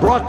brought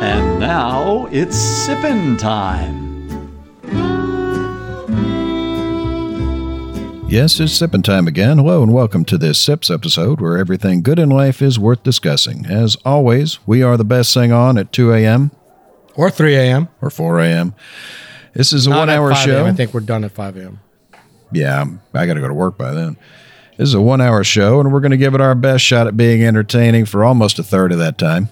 And now it's sippin' time. Yes, it's sipping time again. Hello and welcome to this Sips episode where everything good in life is worth discussing. As always, we are the best thing on at 2 a.m. or 3 a.m. or 4 a.m. This is a Not one at hour 5 show. a.m. I think we're done at 5 a.m. Yeah, I'm- I got to go to work by then. This is a one hour show and we're going to give it our best shot at being entertaining for almost a third of that time.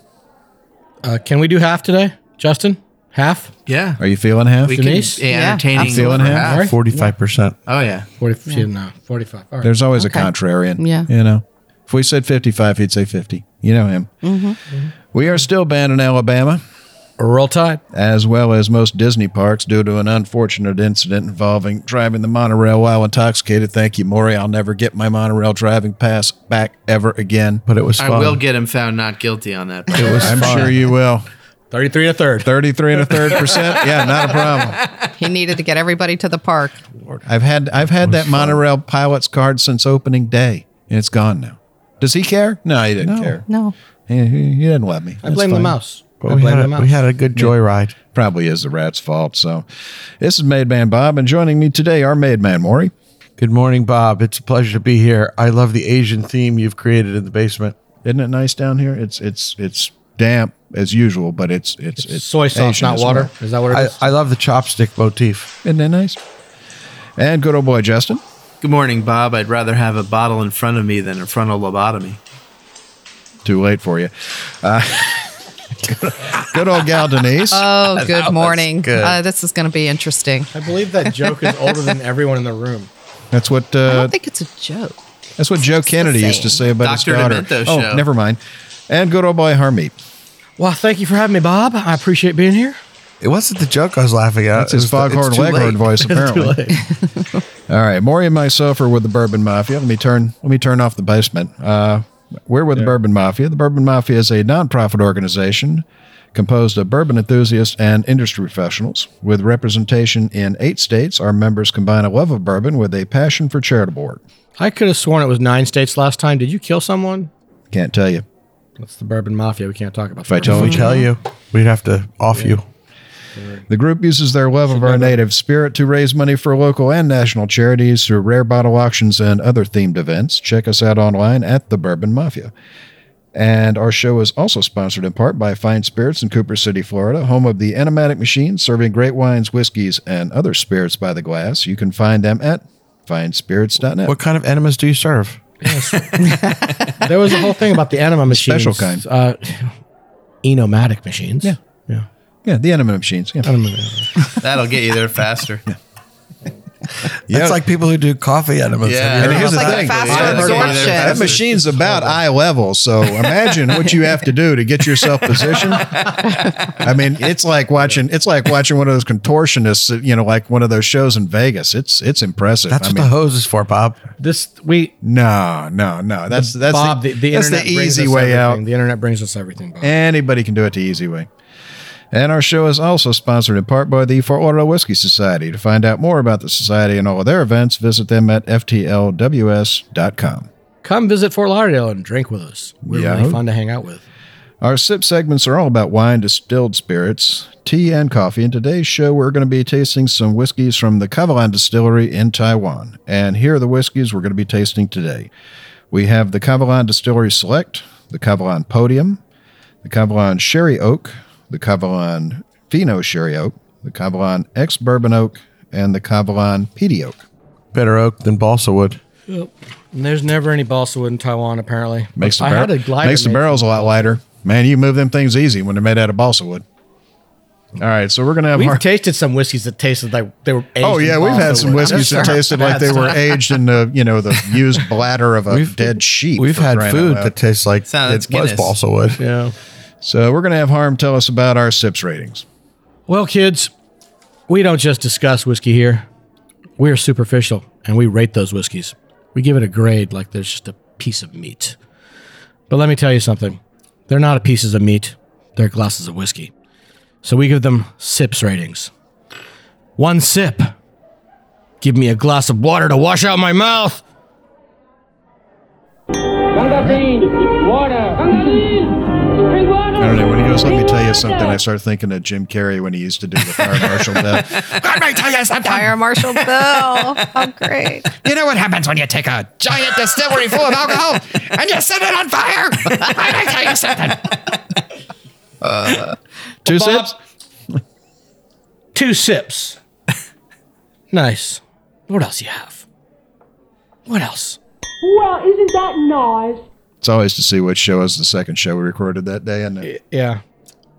Uh, can we do half today, Justin? Half? Yeah. Are you feeling half? We can Denise? be Yeah, entertaining. Feeling for him? half. Alright. Forty-five percent. Oh, yeah. 40, yeah, no, 45. All right. There's always a contrarian. Yeah. You know, if we said 55, he'd say 50. You know him. We are still banned in Alabama. Roll Tide. as well as most Disney parks due to an unfortunate incident involving driving the monorail while intoxicated. Thank you, Maury. I'll never get my monorail driving pass back ever again. But it was fun. I will get him found not guilty on that. but- It was I'm fun. sure you will. 33 and a third. 33 and a third percent. Yeah, not a problem. He needed to get everybody to the park. I've had I've had that monorail pilot's card since opening day, and it's gone now. Does he care? No, he didn't care. No. He, he he didn't let me. I blame the mouse. But I we, blame had the a, mouse. we had a good joyride. Probably is the rat's fault. So, this is Made Man Bob, and joining me today are Made Man Maury. Good morning, Bob. It's a pleasure to be here. I love the Asian theme you've created in the basement. Isn't it nice down here? It's it's it's damp as usual, but it's it's it's, soy sauce, Asian not as water. well. Is that what it I, is? I love the chopstick motif. Isn't that nice? And good old boy Justin. Good morning, Bob. I'd rather have a bottle in front of me than a frontal lobotomy. Too late for you. Uh, good old gal Denise. Oh, good morning. good. Uh, this is going to be interesting. I believe that joke is older than everyone in the room. that's what I uh, don't think it's a joke. that's what Joe Kennedy the used to same. say about Dr. his daughter. Demento oh, show. never mind. And good old boy Harmeet. Well, thank you for having me, Bob. I appreciate being here. It wasn't the joke I was laughing at. That's It his was the- it's foghorn too leghorn late. voice, apparently. All right, Maury and myself are with the Bourbon Mafia. Let me turn. Let me turn off the basement. Uh, we're with the Bourbon Mafia. The Bourbon Mafia is a nonprofit organization composed of bourbon enthusiasts and industry professionals. With representation in eight states, our members combine a love of bourbon with a passion for charitable work. I could have sworn it was nine states last time. Did you kill someone? Can't tell you. That's the Bourbon Mafia. We can't talk about If I that. tell If we you, tell you, we'd have to off you. The group uses their love of our native spirit to raise money for local and national charities through rare bottle auctions and other themed events. Check us out online at The Bourbon Mafia. And our show is also sponsored in part by Fine Spirits in Cooper City, Florida, home of the Enigmatic Machine, serving great wines, whiskeys, and other spirits by the glass. You can find them at finespirits.net. What kind of enemas do you serve? There was a whole thing about the enema machines. special kind. Uh, enomatic machines. Yeah. Yeah. Yeah, the Enema Machines. Yeah. That'll get you there faster. It's like people who do coffee enemas. Yeah. Have you And heard here's about the Like thing. faster Yeah, that's- absorption. That machine's about eye level. So imagine what you have to do to get yourself positioned. I mean, it's like watching it's like watching one of those contortionists, you know, like one of those shows in Vegas. It's it's impressive. That's I what mean, the hose is for, Bob. This we no, no, no. That's that's Bob the, the that's internet the brings easy us way everything. out. The internet brings us everything. Bob. Anybody can do it the easy way. And our show is also sponsored in part by the Fort Lauderdale Whiskey Society. To find out more about the society and all of their events, visit them at ftlws.com. Come visit Fort Lauderdale and drink with us. We're Yeah. really fun to hang out with. Our sip segments are all about wine, distilled spirits, tea, and coffee. In today's show, we're going to be tasting some whiskeys from the Kavalan Distillery in Taiwan. And here are the whiskeys we're going to be tasting today. We have the Kavalan Distillery Select, the Kavalan Podium, the Kavalan Sherry Oak, the Kavalan Fino Sherry Oak, the Kavalan Ex Bourbon Oak, and the Kavalan Peaty Oak. Better oak than balsa wood. And there's never any balsa wood in Taiwan, apparently. Makes the, I bar- had a glider makes the made- barrels a lot lighter. Man, you move them things easy when they're made out of balsa wood. All right, so we're gonna have We've hard. tasted some whiskeys that tasted like they were. Aged Oh yeah, in we've had balsa some wood. whiskeys that tasted like they were aged in the you know the used bladder of a We've- dead sheep. We've for had crying food out that loud. tastes like Sounds- it's it was Guinness. balsa wood. Yeah. so we're gonna have Harm tell us about our sips ratings. Well, kids, we don't just discuss whiskey here. We are superficial and we rate those whiskeys. We give it a grade like there's just a piece of meat. But let me tell you something they're not pieces of meat, they're glasses of whiskey. So we give them sips ratings. One sip. Give me a glass of water to wash out my mouth. Ganga Bean, water. Ganga Bean, drink water. I don't know when he goes. Let me tell you something. I start thinking of Jim Carrey when he used to do the fire marshal. Death. Fire Marshal Bill. Oh, great. You know what happens when you take a giant distillery full of alcohol and you set it on fire? I may tell you something. Two sips. Two sips. nice. What else you have? What else? Well, isn't that nice? It's always to see what show is the second show we recorded that day, and it? Yeah.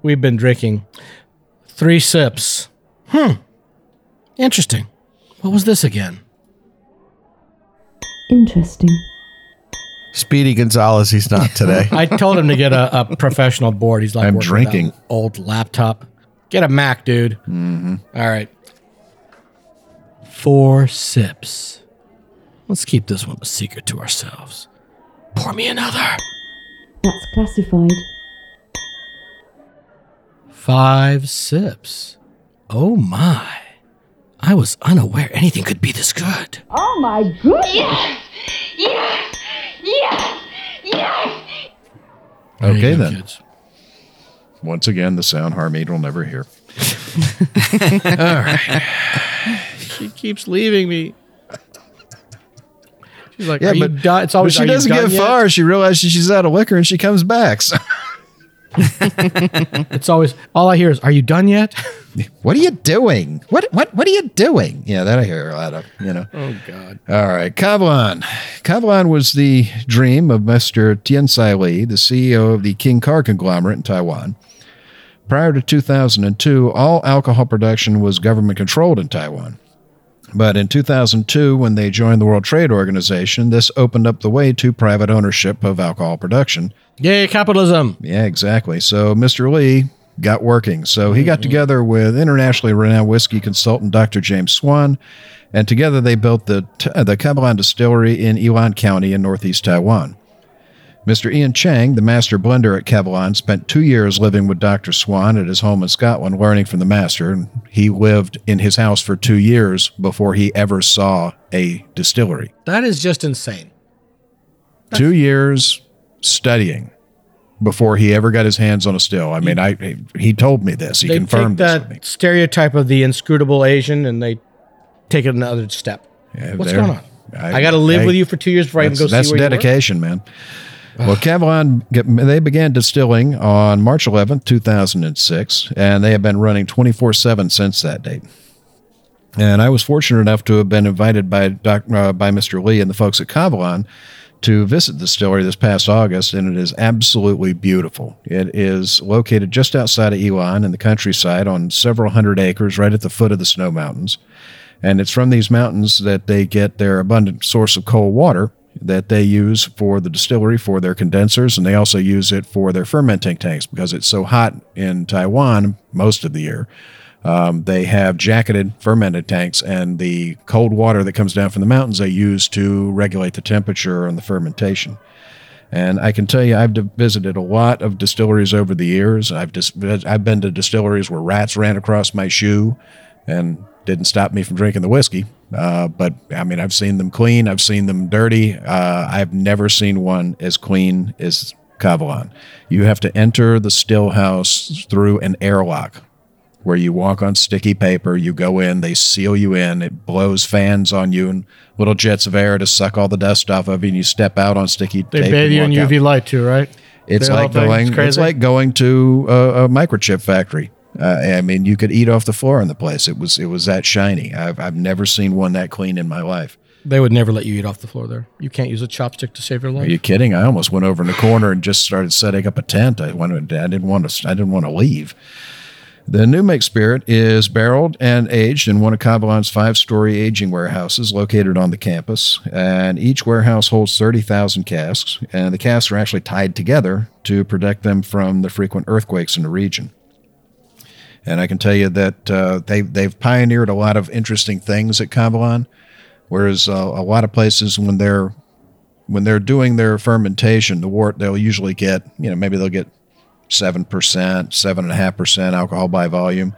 We've been drinking three sips. Hmm. Interesting. What was this again? Interesting. Speedy Gonzalez, he's not today. I told him to get a, a professional board. He's like, I'm working with that drinking. Old laptop. Get a Mac, dude. Mm-hmm. All right. Four sips. Let's keep this one a secret to ourselves. Pour me another. That's classified. Five sips. Oh my. I was unaware anything could be this good. Oh my goodness! There you okay go, then. kids. Once again, the sound Harmeet will never hear. She keeps leaving me. She's like, Yeah, "Are you but- done?" It's But always she "Are you doesn't done get yet?" far. She realizes she's out of liquor, and she comes back. So, It's always all I hear is, "Are you done yet?" what are you doing? What what what are you doing? Yeah, that I hear a lot of. You know. Oh God. All right, Kavlan. Kavlan was the dream of Mr. Tien Tsai Lee, the CEO of the King Car conglomerate in Taiwan. Prior to 2002, all alcohol production was government controlled in Taiwan. But in 2002, when they joined the World Trade Organization, this opened up the way to private ownership of alcohol production. Yay, capitalism. Yeah, exactly. So Mr. Lee got working. So he got together with internationally renowned whiskey consultant Dr. James Swan, and together they built the uh, the Kamalan Distillery in Ilan County in northeast Taiwan. Mr. Ian Chang, the master blender at Kavalan, spent two years living with Dr. Swan at his home in Scotland, learning from the master. And He lived in his house for two years before he ever saw a distillery. That is just insane. two years studying before he ever got his hands on a still. I mean, I he told me this. He They confirmed take this with that me. stereotype of the inscrutable Asian and they take it another step. Yeah, What's there- going on? I- I, got to live I- with you for two years before I can That's, go that's see where you work? dedication, man. Well, Cavalon, they began distilling on March 11th, 2006, and they have been running 24 7 since that date. And I was fortunate enough to have been invited by doc, uh, by Mr. Lee and the folks at Cavalon to visit the distillery this past August, and it is absolutely beautiful. It is located just outside of Elon in the countryside on several hundred acres right at the foot of the snow mountains. And it's from these mountains that they get their abundant source of cold water that they use for the distillery for their condensers. And they also use it for their fermenting tanks because it's so hot in Taiwan most of the year. Um, they have jacketed fermented tanks, and the cold water that comes down from the mountains they use to regulate the temperature and the fermentation. And I can tell you, I've d- visited a lot of distilleries over the years. I've dis- I've been to distilleries where rats ran across my shoe, and didn't stop me from drinking the whiskey. Uh, but I mean, I've seen them clean. I've seen them dirty. Uh, I've never seen one as clean as Cavalon. You have to enter the still house through an airlock where you walk on sticky paper, you go in, they seal you in, it blows fans on you and little jets of air to suck all the dust off of you, and you step out on sticky They tape. and bathe you in walk out. UV light too, right? It's The whole like thing is going. It's crazy. like going to a, a microchip factory. Uh, I mean, you could eat off the floor in the place. It was it was that shiny. I've I've never seen one that clean in my life. They would never let you eat off the floor there. You can't use a chopstick to save your Are life. you kidding? I almost went over in the corner and just started setting up a tent. I wanted. I didn't want to. I didn't want to leave. The New Make Spirit is barreled and aged in one of Cabalon's five story aging warehouses located on the campus. And each warehouse holds 30,000 casks. And the casks are actually tied together to protect them from the frequent earthquakes in the region. And I can tell you that uh, they, they've pioneered a lot of interesting things at Cabalon. Whereas uh, a lot of places, when they're when they're doing their fermentation, the wort they'll usually get, you know, maybe they'll get seven percent, seven and a half percent alcohol by volume.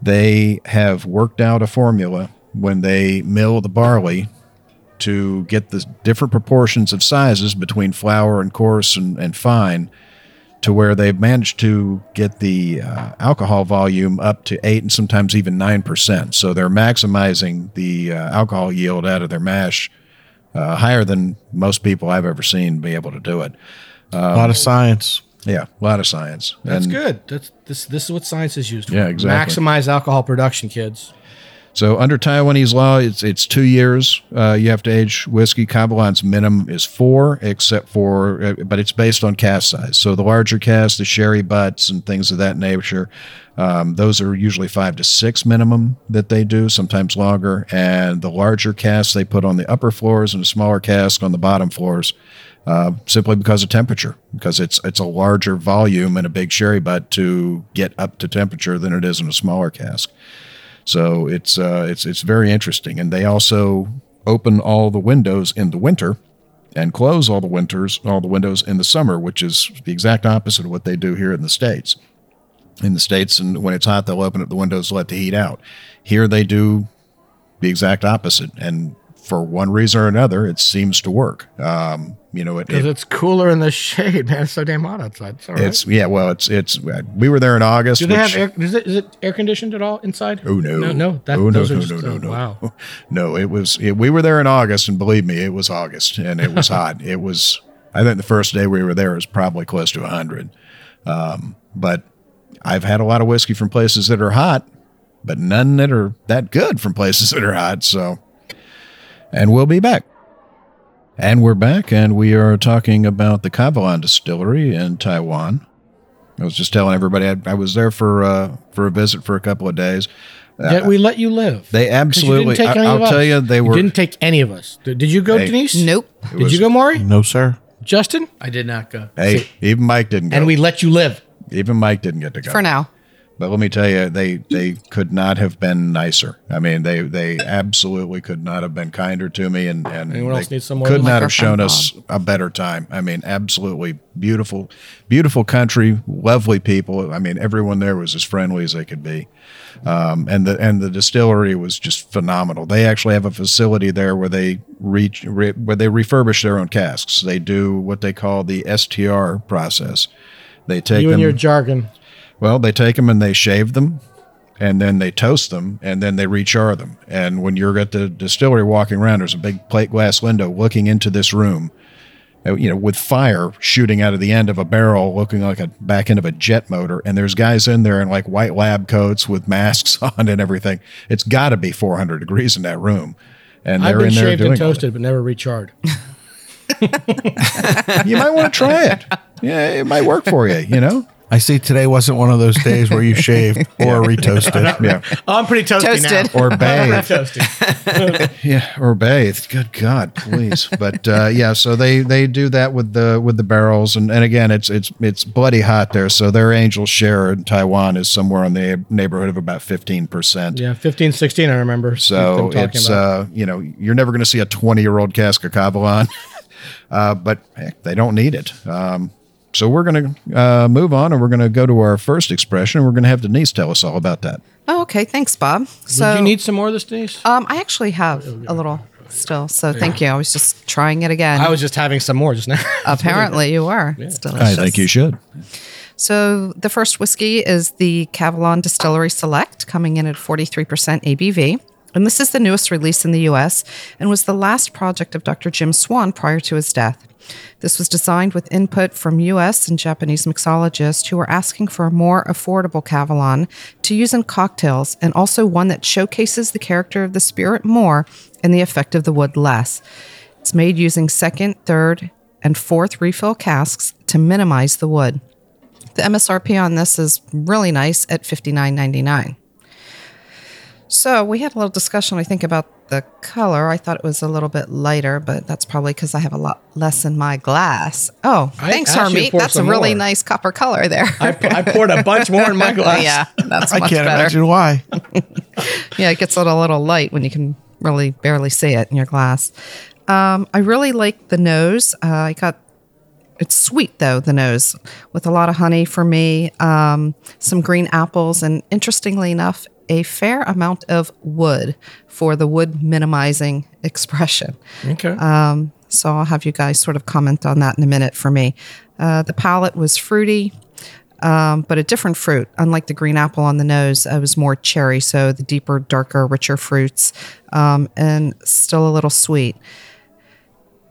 They have worked out a formula when they mill the barley to get the different proportions of sizes between flour and coarse and, and fine to where they've managed to get the uh, alcohol volume up to eight and sometimes even nine percent. So they're maximizing the uh, alcohol yield out of their mash uh, higher than most people I've ever seen be able to do it. a lot of science. Yeah, a lot of science. That's And- good. That's this. This is what science is used for. Yeah, exactly. Maximize alcohol production, kids. So under Taiwanese law, it's it's two years. Uh, you have to age whiskey. Cabalon's minimum is four, except for, uh, but it's based on cast size. So the larger cast, the sherry butts, and things of that nature, um, those are usually five to six minimum that they do. Sometimes longer. And the larger casts they put on the upper floors, and the smaller cask on the bottom floors, uh, simply because of temperature. Because it's it's a larger volume in a big sherry butt to get up to temperature than it is in a smaller cask. So it's uh, it's it's very interesting, and they also open all the windows in the winter and close all the winters all the windows in the summer, which is the exact opposite of what they do here in the states. In the states, and when it's hot, they'll open up the windows to let the heat out. Here they do the exact opposite, and for one reason or another, it seems to work. Um, you know, it, Because it- it's cooler in the shade, man. It's so damn hot outside. It's all right. it's yeah. Well, it's it's we were there in August. Do they which- have air? Is it, is it air conditioned at all inside? Oh no! no, no. That, oh no! those no! No! are just, no! uh, No! Wow. No! It was. It, we were there in August, and believe me, it was August, and it was hot. It was. I think the first day we were there was probably close to hundred. Um, but I've had a lot of whiskey from places that are hot, but none that are that good from places that are hot. So, and we'll be back. And we're back, and we are talking about the Kavalan Distillery in Taiwan. I was just telling everybody I, I was there for uh, for a visit for a couple of days. That we let you live. They 'Cause you absolutely. didn't take I, any I'll of us. tell you, they were. didn't take any of us. Did, did you go, Hey. Denise? Nope. Did you go, Mm. Maury? No, sir. Justin? I did not go. hey, even Mike didn't go. And we let you live. even Mike didn't get to go. For now. But let me tell you, they they could not have been nicer. I mean, they they absolutely could not have been kinder to me, and and Anyone they else need someone could like not our have shown friend us a better time. I mean, absolutely beautiful, beautiful country, lovely people. I mean, everyone there was as friendly as they could be. Um, and the and the distillery was just phenomenal. They actually have a facility there where they reach re, where they refurbish their own casks. They do what they call the STR process. They take You them, and your jargon. well, they take them and they shave them, and then they toast them, and then they rechar them. And when you're at the distillery walking around, there's a big plate glass window looking into this room, uh, you know, with fire shooting out of the end of a barrel, looking like a back end of a jet motor. And there's guys in there in like white lab coats with masks on and everything. It's got to be 400 degrees in that room. And I've they're been in there shaved doing and all that. toasted, but never recharred. You might want to try it. Yeah, it might work for you. You know. I see today wasn't one of those days where you shaved or retoasted. Yeah. I'm pretty toasty Toasted. Or bathe. toasty. yeah or bathed good god please but uh, yeah so they they do that with the with the barrels and, and again it's it's it's bloody hot there so their angel share in taiwan is somewhere in the neighborhood of about 15% Yeah, 15, 16, I remember. so them talking it's about uh, you know you're never going to see a 20 year old cask of Cabalon, uh, but heck, they don't need it. Um, so we're going to uh, move on, and we're going to go to our first expression. We're going to have Denise tell us all about that. Oh, okay. Thanks, Bob. it. So Did you need some more of this, Denise? um I actually have a little still. So thank you. I was just trying it again. I was just having some more just now. Apparently you were. It's delicious. should. So the first whiskey is the Cavalon Distillery Select, coming in at 43% ABV. And this is the newest release in the US and was the last project of Dr. Jim Swan prior to his death. This was designed with input from US and Japanese mixologists who were asking for a more affordable Cavalon to use in cocktails and also one that showcases the character of the spirit more and the effect of the wood less. It's made using second, third, and fourth refill casks to minimize the wood. The MSRP on this is really nice at fifty nine ninety nine. So we had a little discussion, I think, about the color. I thought it was a little bit lighter, but that's probably because I have a lot less in my glass. Oh, I thanks, asked you to Harmeet. pour That's a some really more. nice copper color there. I, I poured a bunch more in my glass. yeah, that's I much can't better. imagine why. Yeah, it gets a little, little light when you can really barely see it in your glass. Um, I really like the nose. Uh, I got it's sweet though the nose with a lot of honey for me, um, some green apples, and interestingly enough, a fair amount of wood for the wood minimizing expression. Okay. Uh, So I'll have you guys sort of comment on that in a minute for me. Uh, the palate was fruity, um, but a different fruit. Unlike the green apple on the nose, it was more cherry, so the deeper, darker, richer fruits, um, and still a little sweet.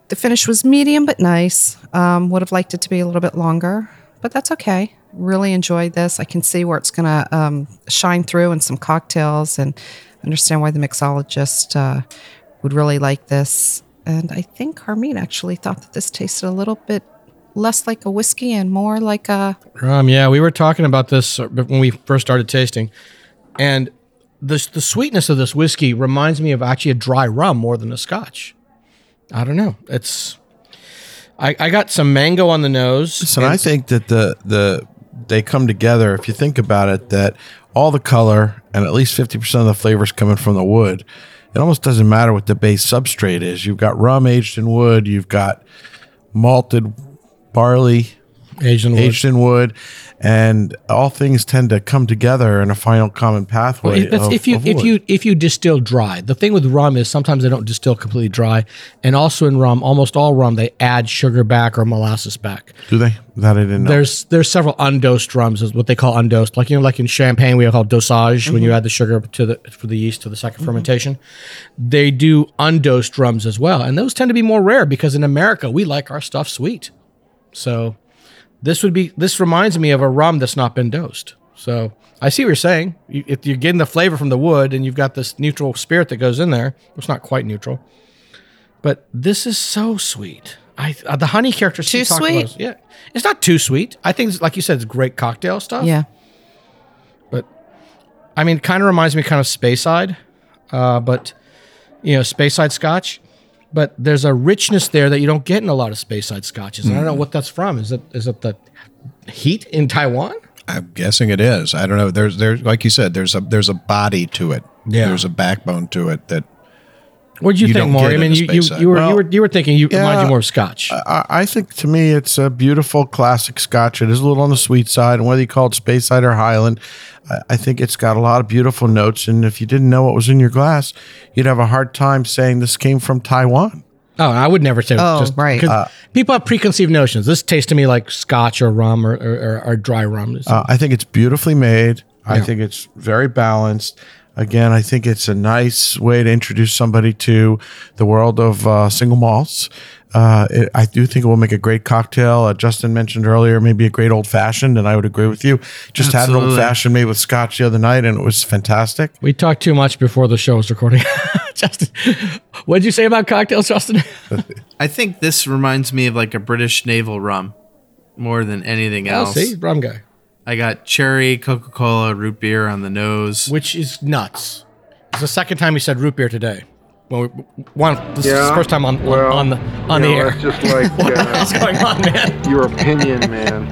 The finish was medium but nice. Um, would have liked it to be a little bit longer, but that's okay. Really enjoyed this. I can see where it's going to um, shine through in some cocktails and understand why the mixologist uh, would really like this. And I think Harmeen actually thought that this tasted a little bit less like a whiskey and more like a Um, yeah, we were talking about this uh, when we first started tasting, and the the sweetness of this whiskey reminds me of actually a dry rum more than a Scotch. I don't know. It's I, I got some mango on the nose. So I think that the the they come together. If you think about it, that all the color and at least fifty percent of the flavors coming from the wood. It almost doesn't matter what the base substrate is. You've got rum aged in wood. You've got malted barley Asian wood. aged in wood, and all things tend to come together in a final common Well, pathway. if, that's- of- if you of if wood. you if you distill dry, the thing with rum is sometimes they don't distill completely dry, and also in rum, almost all rum they add sugar back or molasses back. do they that I didn't know. There's there's several undosed rums is what they call undosed. Like you know, like in champagne we call dosage when Mm-hmm. you add the sugar to the for the yeast to the 2nd fermentation. They do undosed rums as well, and those tend to be more rare because in America we like our stuff sweet. So this would be this reminds me of a rum that's not been dosed. So I see what you're saying. You, if you're getting the flavor from the wood and you've got this neutral spirit that goes in there, it's not quite neutral, but this is so sweet. I uh, the honey character she Too talked sweet? about is- yeah, it's not too sweet. I think, it's- like you said, it's great cocktail stuff. yeah. but I mean, kind of reminds me kind of Space Side, uh, but you know, Space Side Scotch. But there's a richness there that you don't get in a lot of Space Side Scotches. And I don't know what that's from. Is it is it the heat in Taiwan? I'm guessing it is. I don't know. There's there's like you said. There's a there's a body to it. Yeah. There's a backbone to it that What did you, You think, don't get Maury? I it mean, in you, you, Space Side. you were you Well, were you were thinking you remind you yeah, Uh, more of Scotch. I, I think to me it's a beautiful classic Scotch. It is a little on the sweet side, and whether you call it Space Side or Highland, I, I think it's got a lot of beautiful notes. And if you didn't know what was in your glass, you'd have a hard time saying this came from Taiwan. oh, I would never say. Oh, just, right. 'cause people have preconceived notions. This tastes to me like Scotch or rum or or, or, or dry rum. Uh, I think it's beautifully made. I Yeah. think it's very balanced. Again, I think it's a nice way to introduce somebody to the world of uh, single malts. Uh, it, I do think it will make a great cocktail. Uh, Justin mentioned earlier, maybe a great old fashioned, and I would agree with you. Just had an Absolutely. old fashioned made with scotch the other night, and it was fantastic. we talked too much before the show was recording. Justin, what did you say about cocktails, Justin? I think this reminds me of like a British naval rum more than anything Oh, else. see, rum guy. I got cherry, Coca Cola, root beer on the nose. which is nuts. It's the second time he said root beer today. Well, we, one, this is the first time on on the on the you know, air. It's just like What's uh, going on, man? your opinion, man.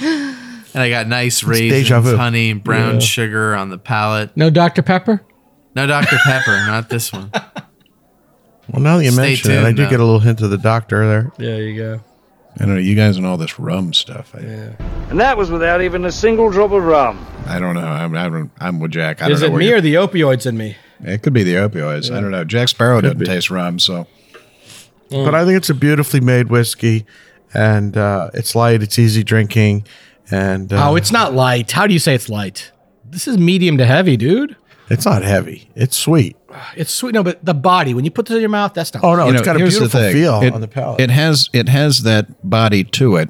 And I got nice deja raisins, vu. honey, and brown sugar on the palate. No Dr Pepper. No Dr. Pepper, not this one. Well, now that you Stay mention it, I tuned do now. get a little hint of the doctor there. There you go. I don't know. You guys and all this rum stuff. I, And that was without even a single drop of rum. I don't know. I'm I'm, I'm with Jack. I Is don't it know where me you're- or the opioids in me? It could be the opioids. I don't know. Jack Sparrow doesn't taste rum, so Mm. But I think it's a beautifully made whiskey, and uh, it's light, it's easy drinking, and uh, Oh, it's not light. How do you say it's light? This is medium to heavy, dude. it's not heavy. It's sweet. It's sweet. No, but the body when you put this in your mouth, that's not. Oh no, You it's know, got a here's the beautiful thing. feel It- on the palate. It has it has that body to it,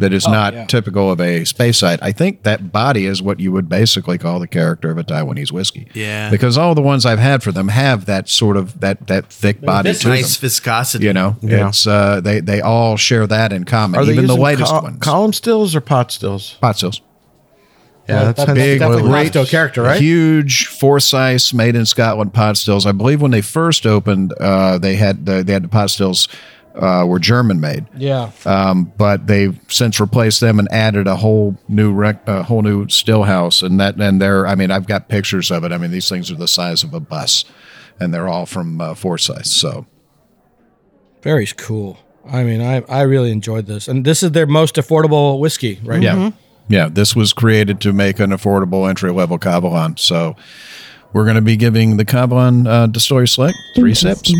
that is not typical of a space site. I think that body is what you would basically call the character of a Taiwanese whiskey. Yeah. Because all the ones I've had for them have that sort of that that thick body It's to nice them. viscosity. You know, Yeah. it's uh, they they all share that in common. they Even the using latest col- ones, Column stills or pot stills? pot stills. Yeah, that's, big, oil. definitely Great. Costco character, right? Huge Forsyths made in Scotland pot stills. I believe when they first opened, uh, they had the, they had the pot stills uh, were German made, Yeah. um, but they've since replaced them and added a whole new rec- a whole new still house. And that and they're I mean I've got pictures of it. I mean these things are the size of a bus, and they're all from uh, Forsyths. So Very cool. I mean, I, I really enjoyed this. And this is their most affordable whiskey right Yeah. now. Yeah. This was created to make an affordable entry level Kabbalah. So we're going to be giving the Kabbalah uh, Distillery Select three sips.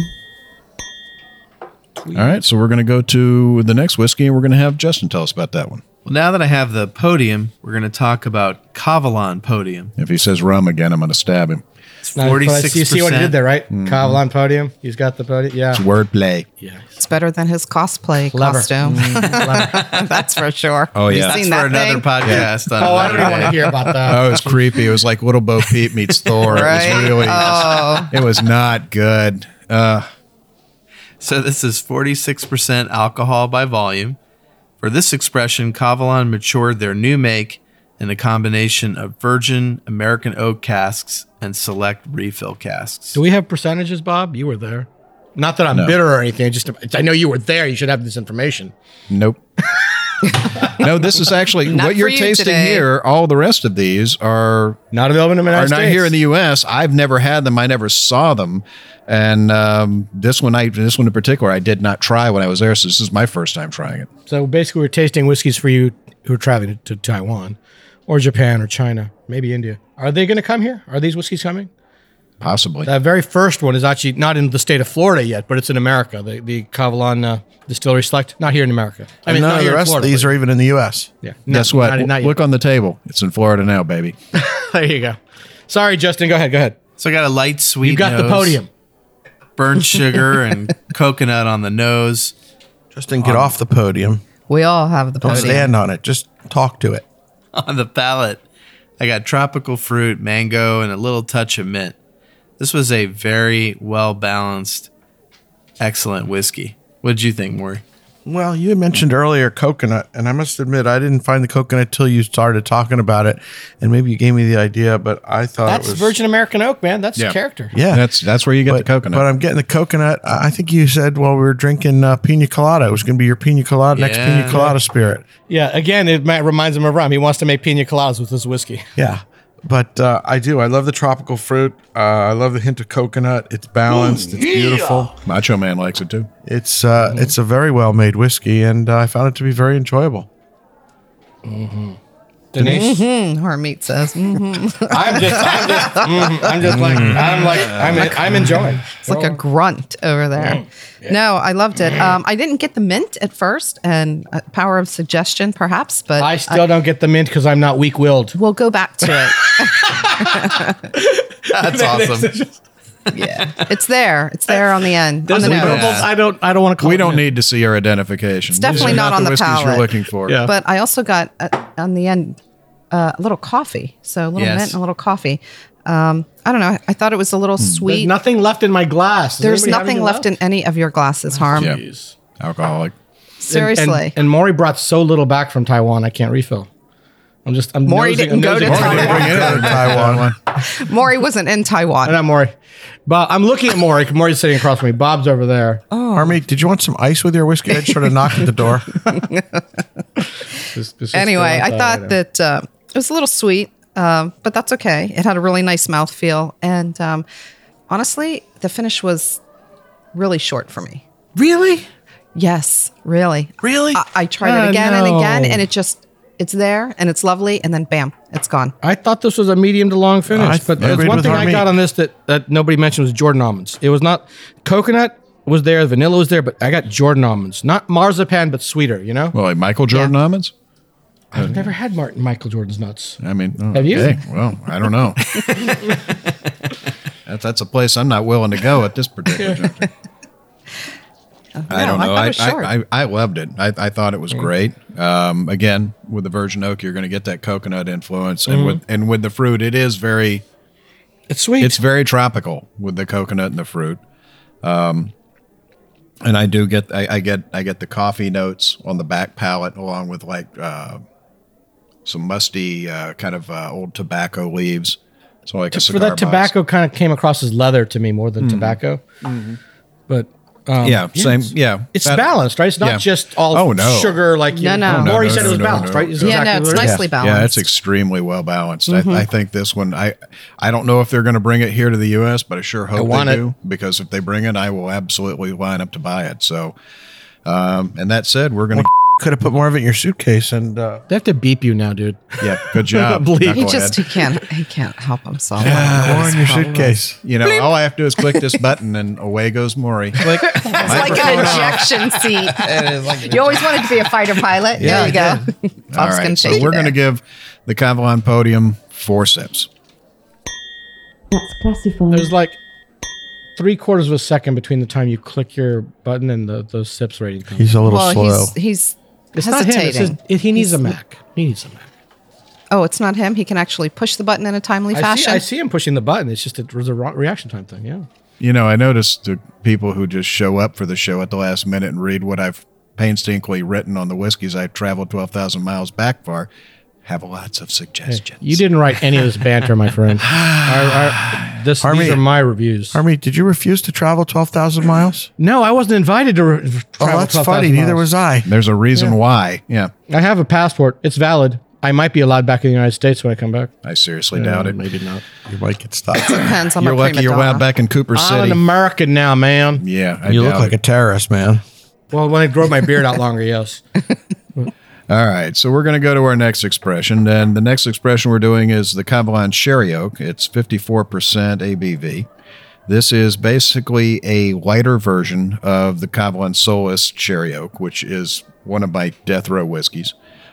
All right. So we're going to go to the next whiskey and we're going to have Justin tell us about that one. Well, now that I have the podium, we're going to talk about Cavalon Podium. If he says rum again, I'm going to stab him. It's Now, but I see- 46%. You see what he did there, right? Mm-hmm. Kyle on podium. He's got the podium. Yeah. Ah. It's wordplay. It's better than his cosplay Clever. costume. That's for sure. Oh, yeah. You've That's seen for that another thing? podcast. On Oh, I don't another even want to day. hear about that. Oh, it was creepy. It was like Little Bo Peep meets Thor. It Right? was really, Oh, it was not good. Uh, So this is 46% alcohol by volume. For this expression, Cavalon matured their new make in a combination of virgin American oak casks and select refill casks. Do we have percentages, Bob? You were there. Not that I'm bitter or anything. Just I know you were there. You should have this information. Nope. no, this is actually Not what you're for you tasting today. here. All the rest of these are Not available in the United are not States. here in the U.S. I've never had them. I never saw them, and um, this one, I this one in particular, I did not try when I was there. So this is my first time trying it. so basically, we're tasting whiskeys for you who are traveling to Taiwan, or Japan, or China, maybe India. Are they going to come here? Are these whiskeys coming? Possibly, That Uh, very first one is actually not in the state of Florida yet, but it's in America. The the Cavalon uh, Distillery Select, not here in America. I mean, None not of here in the rest Florida, of these but- are even in the U.S. Yeah. guess No, what? Not, not yet. Look on the table. It's in Florida now, baby. there you go. Sorry, Justin. Go ahead. Go ahead. So I got a light sweet. You got the nose, podium. Burnt sugar and coconut on the nose. Justin, get off the podium. we all have the Don't podium. stand on it. Just talk to it. on the palate. I got tropical fruit, mango, and a little touch of mint. This was a very well balanced, excellent whiskey. What did you think, Maury? Well, you had mentioned earlier coconut, and I must admit I didn't find the coconut till you started talking about it, and maybe you gave me the idea, but I thought That's it was, Virgin American Oak, man. That's Yeah. character. Yeah, That's that's where you get but, the coconut. But I'm getting the coconut. I I think you said while we were drinking uh, pina colada, it was going to be your pina colada next Yeah. pina colada spirit. Yeah, again, it might, reminds him of rum. He wants to make pina coladas with this whiskey. Yeah. But uh, I do. I love the tropical fruit. Uh, I love the hint of coconut. It's balanced. it's beautiful. Macho Man likes it too. It's uh, Mm-hmm. it's a very well made whiskey, and uh, I found it to be very enjoyable. Denise, Mm, Hermeet says, mhm. Mm-hmm. I'm just, I'm just, mhm, I'm just like, Mm-hmm. I'm like, I'm, I'm enjoying. it's like a grunt over Mm. there. No, I loved it. Um, I didn't get the mint at first, and uh, power of suggestion, perhaps, but I still don't get the mint because I'm not weak willed. we'll go back to it. That's awesome. yeah, it's there. It's there on the end. On the I nose. don't, I don't, I don't want to call. We it don't mint. need to see your identification. It's definitely not on the whiskeys palate. you're looking for. Yeah. But I also got uh, on the end uh, a little coffee. So a little Yes. mint and a little coffee. Um, I don't know. I thought it was a little Mm. There's sweet. nothing left in my glass. Does There's anybody have nothing anything left in any of your glasses, Harm. Yeah. Alcoholic. Seriously. And, and, and Maury brought so little back from Taiwan, I can't refill. I'm just, I'm Maury nosing- didn't I'm go nosing- to Taiwan. Taiwan. Maury wasn't in Taiwan. I'm not Maury. Bob, I'm looking at Maury. 'cause Maury's sitting across from me. Bob's over there. Oh. Army, did you want some ice with your whiskey? I just sort of knocked at the door. This- this is anyway, still outside I right thought now. that uh, it was a little sweet, um, but that's okay. It had a really nice mouthfeel. And um, honestly, the finish was really short for me. really? Yes, really. Really? I, I tried Ah, it again and again, no. and it just, it's there and it's lovely, and then bam, it's gone. I thought this was a medium to long finish, I but there's agreed one with thing I Harmeet. got on this that, that nobody mentioned was Jordan almonds. It was not coconut was there, vanilla was there, but I got Jordan almonds, not marzipan, but sweeter. You know, Well, like Michael Jordan almonds. I've never had Martin Michael Jordan's nuts. I mean, oh, Have you? okay. Well, I don't know. that, that's a place I'm not willing to go at this particular juncture. I don't Oh, No, know. I I thought it was short. I, I, I loved it. I, I thought it was great. Um, again, with the virgin oak, you're going to get that coconut influence, Mm-hmm. and with and with the fruit, it is very It's sweet. it's very tropical with the coconut and the fruit. Um, and I do get I, I get I get the coffee notes on the back palate along with like uh, some musty uh, kind of uh, old tobacco leaves. So like a for cigar that box. Mm. tobacco kind of came across as leather to me more than tobacco. But um, Mm-hmm. Yeah, same. it's- Yeah, It's That- balanced, right? It's not Yeah. just all Oh, no. Oh, sugar like you. No, no. Or you No, said no, it was no, balanced, no, right? Is no. Yeah, no, it's what it is? nicely Yeah, it's balanced. extremely well balanced. Mm-hmm. I, I think this one. I I don't know if they're going to bring it here to the U.S., but I sure hope want they it. do because if they bring it, I will absolutely line up to buy it. So, um, and that said, we're going to. Could have put more of it in your suitcase and uh, They have to beep you now, dude. Yeah, good job. Bleep. knucklehead. he just he can't he can't help himself. Uh, more in your suitcase. you know, all I have to do is click this button, and away goes Maury. Click. It's like an ejection seat. you always wanted to be a fighter pilot. Yeah, I there you go. all Bob's gonna right, so take you we're going to there. give the Cavalon Podium four sips. That's classified. There's like three quarters of a second between the time you click your button and the, the sips rating comes. He's a little well, slow. he's he's It's not him. It's hesitating. his- he needs a Mac. He needs a Mac. oh, it's not him. He can actually push the button in a timely I see, fashion. I see him pushing the button. It's just a, there's a wrong reaction time thing. Yeah. You know, I noticed the people who just show up for the show at the last minute and read what I've painstakingly written on the whiskeys I've traveled 12,000 miles back for have lots of suggestions. You didn't write any of this banter, my friend. I, I, this, Harmony- these are my reviews. Army, did you refuse to travel 12,000 miles? no, I wasn't invited to. Re- Oh, travel that's 12,000 funny. Neither miles. was I. There's a reason why. Yeah. I have a passport. It's valid. I might be allowed back in the United States when I come back. I seriously doubt it. Maybe not. You might get stopped. Depends on You're my lucky prima you're wound donna. back in Cooper I'm an City. American now, man. yeah. I you look doubt like it. a terrorist, man. Well, when I grow my beard out longer, yes. All right, so we're going to go to our next expression, and the next expression we're doing is the Cavalon Sherry Oak. It's 54% ABV. This is basically a lighter version of the Cavalon Solus Sherry Oak, which is one of my death row whiskeys.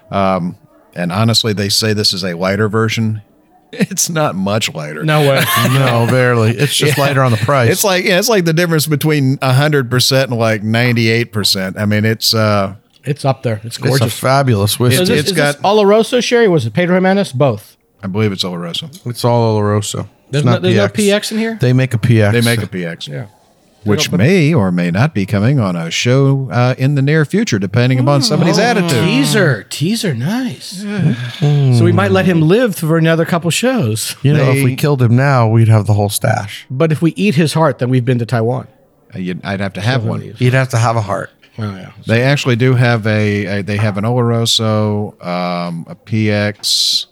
Um, and honestly, they say this is a lighter version. It's not much lighter. No way. No, barely. It's just lighter on the price. It's like yeah, it's like the difference between 100% and like 98%. I mean, it's uh It's up there. It's It's a gorgeous. fabulous So whiskey. is It's, this, it's is this got- Oloroso sherry? Was it Pedro Jimenez? Both. I believe it's Oloroso. all Oloroso. There's, It's no, there's no PX in here. They make a PX. They make a PX. yeah. which may or may not be coming on a show uh, in the near future, depending upon somebody's attitude. Oh, Teaser, teaser, nice. Hmm. So we might let him live for another couple shows. You know, if They- we killed him now, we'd have the whole stash. But if we eat his heart, then we've been to Taiwan. Uh, you'd- I'd have to have one. You'd have to have a heart. Oh yeah. They actually do have a, a they have an Oloroso, um, a PX,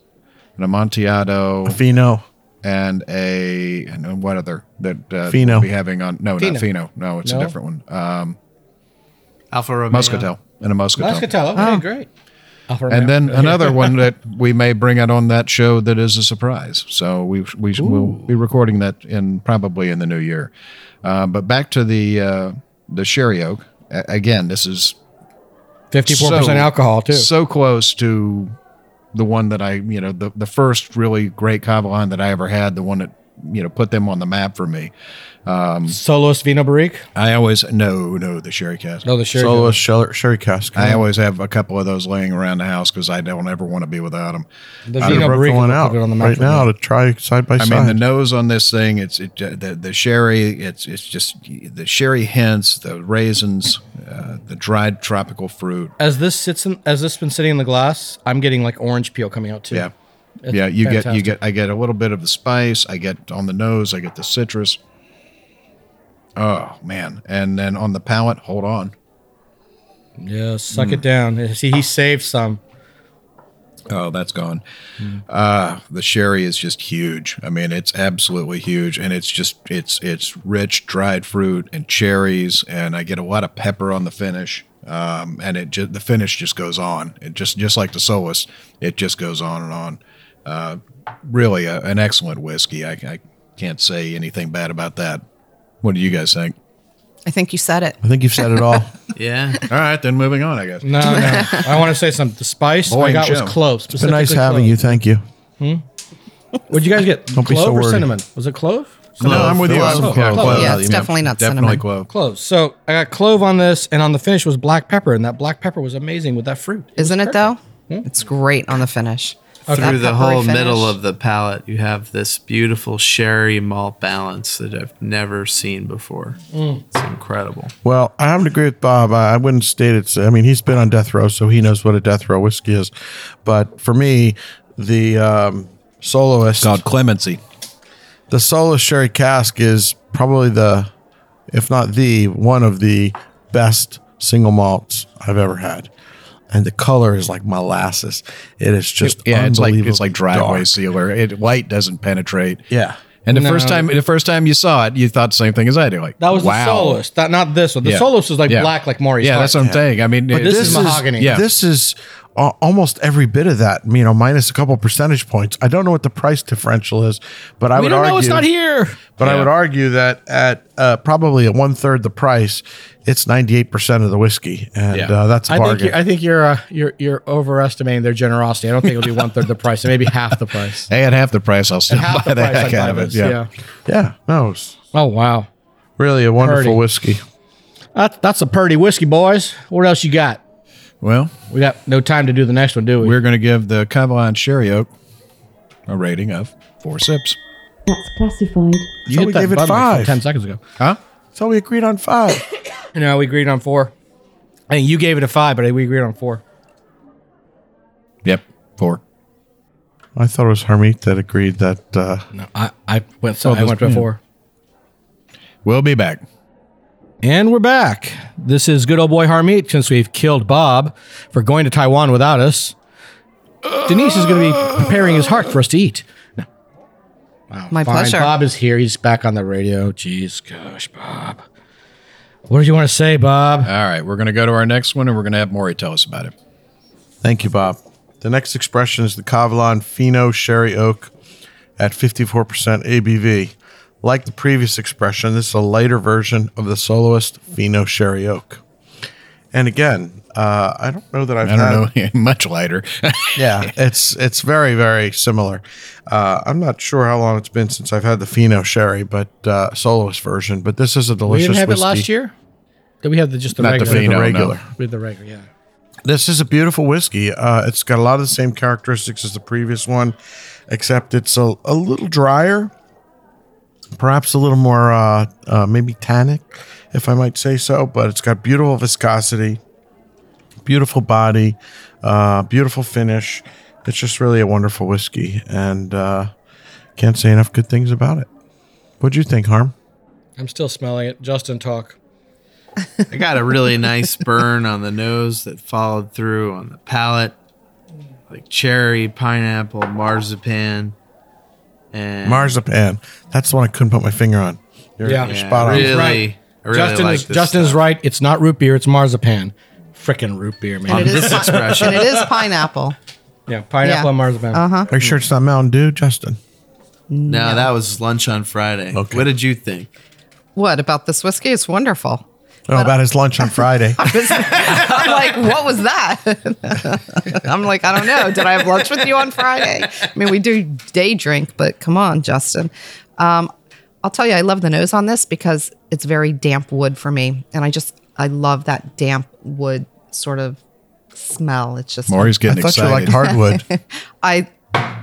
an Amontillado, Fino. and a and what other that uh, Fino. we'll be having on no Fino. not Fino no it's No? a different one um, Alfa Romeo. Muscatel and a Muscatel. Muscatel. Okay, great. And then another one that we may bring out on that show that is a surprise. So we we will be recording that in probably in the new year. Uh, but back to the uh, the sherry oak. A- again, this is fifty-four percent alcohol too. So close to the one that I you know the the first really great Cavalon that I ever had. The one that you know put them on the map for me. Solos Vino Barrique. I always no no the sherry cask. No, the sherry. Solo sherry, sherry cask. I always have a couple of those laying around the house because I don't ever want to be without them. the I Vino broke Barrique the one will out put it on the map right for me. now to try side by I side. mean, the nose on this thing, it's it, uh, the, the sherry, it's it's just the sherry hints, the raisins, uh, the dried tropical fruit. As this sits in, as this been sitting in the glass, I'm getting like orange peel coming out too. Yeah. yeah, you get you fantastic. get I get a little bit of the spice, I get on the nose, I get the citrus. Oh, man. And then on the palate, hold on. Yeah, suck Mm. it down. Uh, See, he saved some. Oh, that's gone. Uh, the sherry is just huge. I mean, it's absolutely huge, and it's just it's it's rich dried fruit and cherries, and I get a lot of pepper on the finish. Um, and it just the finish just goes on. It just just like the Solus, it just goes on and on. Uh, really, a, an excellent whiskey. I, I can't say anything bad about that. What do you guys think? I think you said it. I think you've said it all. Yeah. All right, then moving on. I guess. No, no. I want to say something. The spice Boy, I got Jim. was clove. it's been nice specifically having you. clove. Thank you. What'd you guys get? Don't be clove so or wordy. cinnamon? Was it clove? No, I'm with you. Clove. I'm with Yeah, you. clove. Yeah, it's definitely not definitely cinnamon. clove. Cloves. So I got clove on this, and on the finish was black pepper, and that black pepper was amazing with that fruit. was Isn't it perfect. though? It's great on the finish. Through the whole middle of the palate, you have this beautiful sherry malt balance that I've never seen before. It's incredible. Well, I haven't agree with Bob. I, I wouldn't state it's. I mean, he's been on death row, so he knows what a death row whiskey is. But for me, the um, soloist, called clemency. the soloist sherry cask is probably the, if not the one of the best single malts I've ever had. And the color is like molasses. It is just yeah, it's like unbelievable. it's like driveway sealer. It light doesn't penetrate. Yeah. And the No. first time, the first time you saw it, you thought the same thing as I do. Like That was wow. the soloist, that not this one. The Yeah. soloist was like Yeah. black, like Maury's. Yeah, heart. that's what I'm saying. I mean, But it- this is mahogany. Yeah, This is uh, almost every bit of that, you know, minus a couple percentage points. I don't know what the price differential is, but I we would don't argue know. It's not here. But I would argue that at uh, probably at one third the price, it's ninety eight percent of the whiskey, and Yeah. uh, that's a I think bargain. you're, I think you're uh, you're you're overestimating their generosity. I don't think it'll be one third the price, and maybe half the price. hey, at half the price, I'll still Half buy the the price, I'd heck buy out of it. this, Yeah. yeah, no, it's Oh wow, really a wonderful Purdy. whiskey. that, that's a purdy whiskey, boys. What else you got? Well, We got no time to do the next one, do we? we're going to give the Cavalon Sherry Oak a rating of four sips. That's classified. you we gave it button like five. ten seconds ago. Huh? So we agreed on five. No, we agreed on four. I think you gave it a five, but we agreed on four. Yep, four. I thought it was Hermit that agreed that. Uh, No, I, I went so Oh, I that's went to brilliant. four. We'll be back. And we're back. This is good old boy Harmeet since we've killed Bob for going to Taiwan without us. Denise is going to be preparing his heart for us to eat. My Fine, pleasure. Bob is here. He's back on the radio. Jeez, gosh, Bob. What did you want to say, Bob? All right, we're going to go to our next one, and we're going to have Maury tell us about it. Thank you, Bob. The next expression is the Cavalon Fino Sherry Oak at 54% ABV. Like the previous expression, this is a lighter version of the soloist Fino Sherry Oak. And again, uh, I don't know that I've I had, don't know, much lighter. yeah, it's it's very very similar. Uh, I'm not sure how long it's been since I've had the Fino Sherry, but uh, soloist version. But this is a We delicious. didn't have it whiskey. last year. Did we have the, just the Not the regular? Fino, no. regular. With the regular, yeah. This is a beautiful whiskey. Uh, it's got a lot of the same characteristics as the previous one, except it's a, a little drier, perhaps a little more uh, uh, maybe tannic, if I might say so. But it's got beautiful viscosity, beautiful body, uh, beautiful finish. It's just really a wonderful whiskey, and uh, can't say enough good things about it. What'd you think, Harm? I'm still smelling it. Justin, talk. I got a really nice burn on the nose that followed through on the palate, like cherry, pineapple, marzipan, and Marzipan. That's the one I couldn't put my finger on. You're, Yeah. you're Yeah, spot on. Really, Right. I really Justin like is, this Justin's stuff. right. It's not root beer. It's marzipan. Frickin' root beer, man. and, it is This pi- expression. and it is pineapple. Yeah, pineapple Yeah. and marzipan. Uh huh. Are you sure it's not Mountain Dew, Justin? No, that was lunch on Friday. Okay. What did you think? What about this whiskey? It's wonderful. Oh, about his lunch on Friday. I'm like, what was that? I'm like, I don't know. Did I have lunch with you on Friday? I mean, we do day drink, but come on, Justin. Um, I'll tell you, I love the nose on this because it's very damp wood for me, and I just I love that damp wood sort of smell. It's just Maury's I getting thought you excited. liked hardwood. I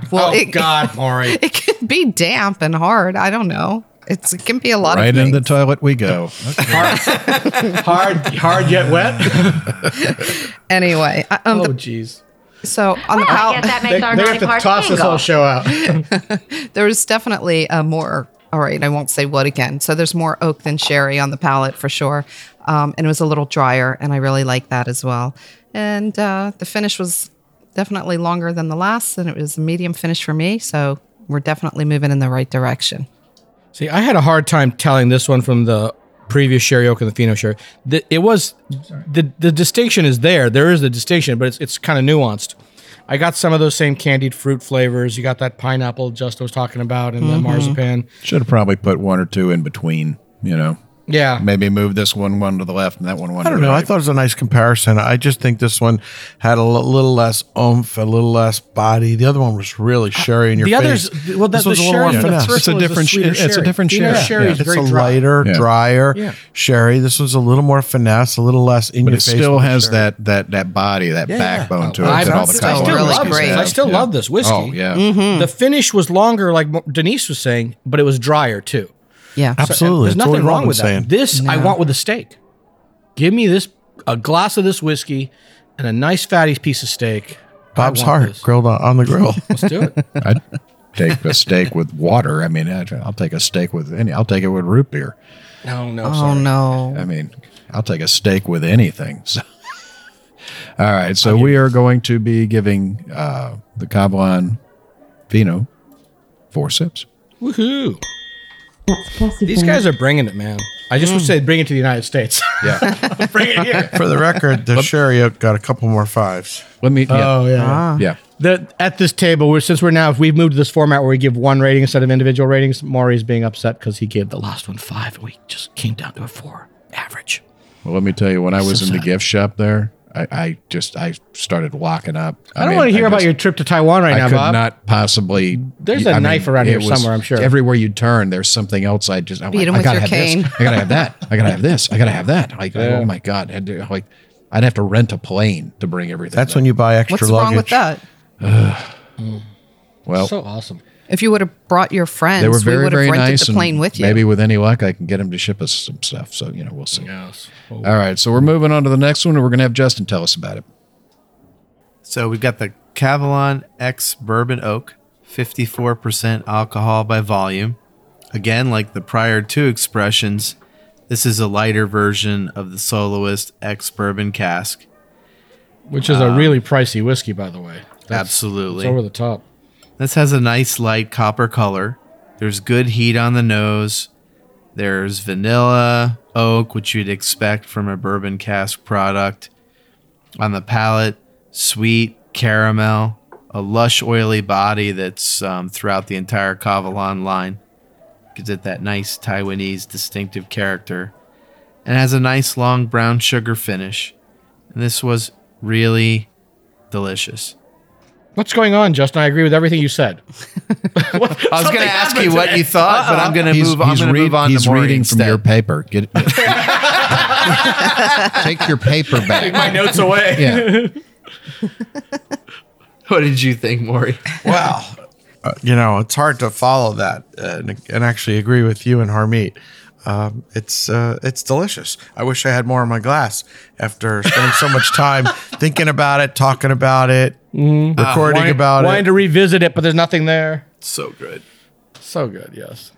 well, oh, it, God, Maury. it can be damp and hard. I don't know. It's it can be a lot right of in things. the toilet we go. hard, hard yet wet. anyway, I- um, Oh, the- jeez. so on the palate. They, they have to toss this whole show out. there's definitely a more all right i won't say what again so there's more oak than sherry on the palate for sure um, and it was a little drier and i really like that as well and uh, the finish was definitely longer than the last and it was a medium finish for me so we're definitely moving in the right direction See, I had a hard time telling this one from the previous Sherry Oak and the Fino Sherry. The, it was the the distinction is there. There is the distinction, but it's it's kind of nuanced. I got some of those same candied fruit flavors. You got that pineapple Justin was talking about, and the marzipan. Should have probably put one or two in between. You know, Yeah. Maybe move this one one to the left and that one one. I don't to the know. I Right. thought it was a nice comparison. I just think this one had a l- little less oomph, a little less body. The other one was really sherry in your The face. others, well, the, This the was a little more sherry. finesse. The first It's a one was the different sh- sweeter it's a different The inner sherry. sherry Yeah. is It's very a dry. lighter, Yeah. drier Yeah. sherry. This one's a little more finesse, a little less in But your it face. still with the has sherry. that that that body, that Yeah, yeah. backbone to it. I, that all the still Colorado really whiskeys great. have. I still Yeah. love this whiskey. Oh yeah. The finish was longer, like Mo- Denise was saying, but it was drier too. Yeah. Absolutely. There's That's what nothing wrong Robin's with that. saying. This I want with a steak. Give me this a glass of this whiskey and a nice fatty piece of steak. I Bob's want Heart this. grilled on, on the grill. Let's do it. I'd take a steak with water. I mean, I'd- I'll take a steak with any. I'll take it with root beer. No, no, Oh sorry. no. I mean, I'll take a steak with anything. So. All right, so we are going to be giving uh, the Cavalon Vino four sips. Woohoo! That's classified. These guys are bringing it, man. I just Mm. would say bring it to the United States. Yeah, bring it here. For the record, the sherry got a couple more fives. let me. Yeah, Oh yeah. yeah. The, at this table, we're, since we're now, if we've moved to this format where we give one rating instead of individual ratings, Maury's being upset because he gave the last one five, and we just came down to a four average. Well, let me tell you, when I was in the gift shop there, I, I just I started locking up. I, don't mean, want to hear about just- your trip to Taiwan right I now, could Bob. not possibly. There's a I knife around here it somewhere, I'm sure. Everywhere you turn, there's something else. I just I'm Beat like, 'em I with gotta your have cane. this. I gotta have that. I gotta have this. I gotta have that. Like, oh my god, I'd, do- like I'd have to rent a plane to bring everything. That's when you buy extra What's luggage. wrong with that? well, so awesome. If you would have brought your friends, they were we very would have very rented nice. the and plane with you. Maybe with any luck, I can get them to ship us some stuff. So you know, we'll see. Yes. Oh, All right, so we're moving on to the next one, and we're gonna have Justin tell us about it. So we've got the Cavalon X Bourbon Oak, 54% alcohol by volume. Again, like the prior two expressions, this is a lighter version of the Soloist X Bourbon Cask. Which is a really pricey whiskey, by the way. Absolutely. It's over the top. This has a nice light copper color. There's good heat on the nose. There's vanilla, oak, which you'd expect from a bourbon cask product. On the palate, sweet caramel, a lush, oily body that's um, throughout the entire Cavalon line. Gives it that nice Taiwanese distinctive character. And has a nice long brown sugar finish. And this was really delicious. What's going on, Justin? I agree with everything you said. I was going to ask you what you thought, but I'm going to He's- move. I'm he's going to read- move on He's to Maury reading instead. from your paper. Get it. Take your paper back. My notes away. Yeah. What did you think, Maury? Well, uh, you know, it's hard to follow that uh, and, and actually agree with you and Harmeet. Um, it's uh, it's delicious. I wish I had more in my glass after spending so much time thinking about it, talking about it, recording Wanting, about wanting it. to revisit it, but there's nothing there. So good. So good, yes.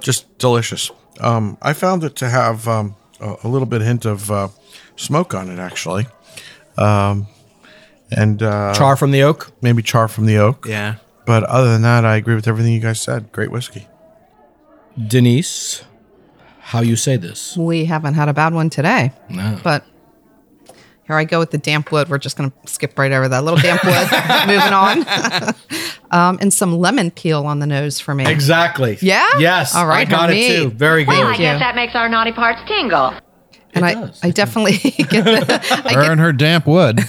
Just delicious. Um, I found it to have um, a, a little bit hint of uh, smoke on it, actually, um, and uh, Char from the oak. maybe char from the oak. Yeah. But other than that, I agree with everything you guys said. Great whiskey. Denise, how you say this? We haven't had a bad one today. No. But here I go with the damp wood. We're just going to skip right over that little damp wood. Moving on. um, and some lemon peel on the nose for me. Exactly. Yeah? Yes. All right, I got Hamid. it too. Very good. Well, I Thank you. guess that makes our naughty parts tingle. And I, I definitely get the, I Burn get, her damp wood.